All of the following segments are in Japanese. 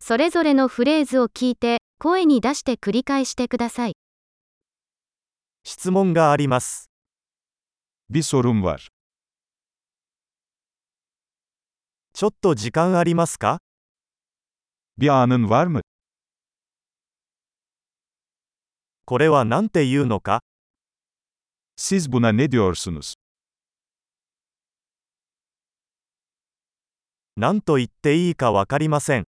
それぞれのフレーズを聞いて、声に出して繰り返してください。質問があります。 Bir sorum var. ちょっと時間ありますか Bir anın var mı? これは何て言うのか Siz buna ne diyorsunuz? 何と言っていいかわかりません。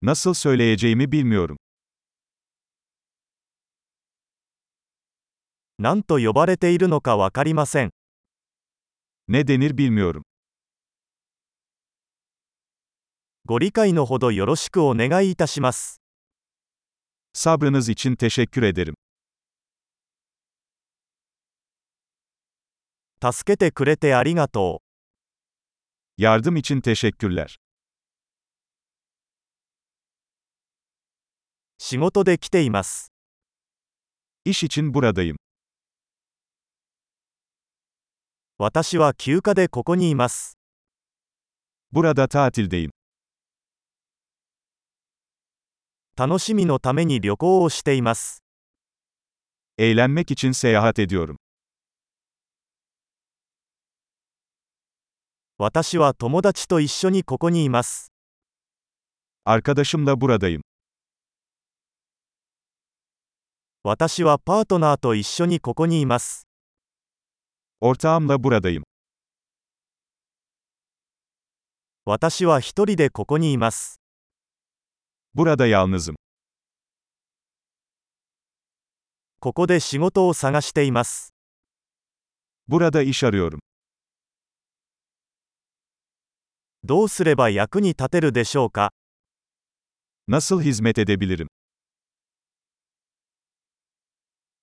Nasıl söyleyeceğimi bilmiyorum. 何と呼ばれているのかわかりません。 Ne denir bilmiyorum. ご理解のほどよろしくお願いいたします。 Sabrınız için teşekkür ederim. 助けてくれてありがと Yardım için teşekkürler. う。仕事で来ています。 İş için buradayım. 私は休暇でここにいます。 Burada tatildeyim. 楽しみのために旅行をしています。 Eğlenmek için seyahat ediyorum. 私は友達と一緒にここにいます。 Arkadaşımla buradayım. 私はパートナーと一緒にここにいます。 Ortağımla buradayım. 私は一人でここにいます。 Burada yalnızım. ここで仕事を探しています。 Burada iş arıyorum. どうすれば役に立てるでしょうか Nasıl hizmet edebilirim?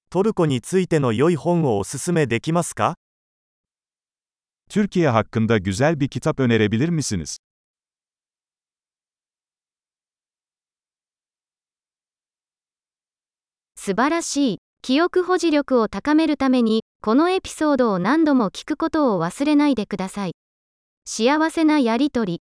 トルコについての良い本をおすすめできますか Türkiye hakkında güzel bir kitap önerebilir misiniz? 素晴らしい。記憶保持力を高めるために、このエピソードを何度も聞くことを忘れないでください。幸せなやりとり。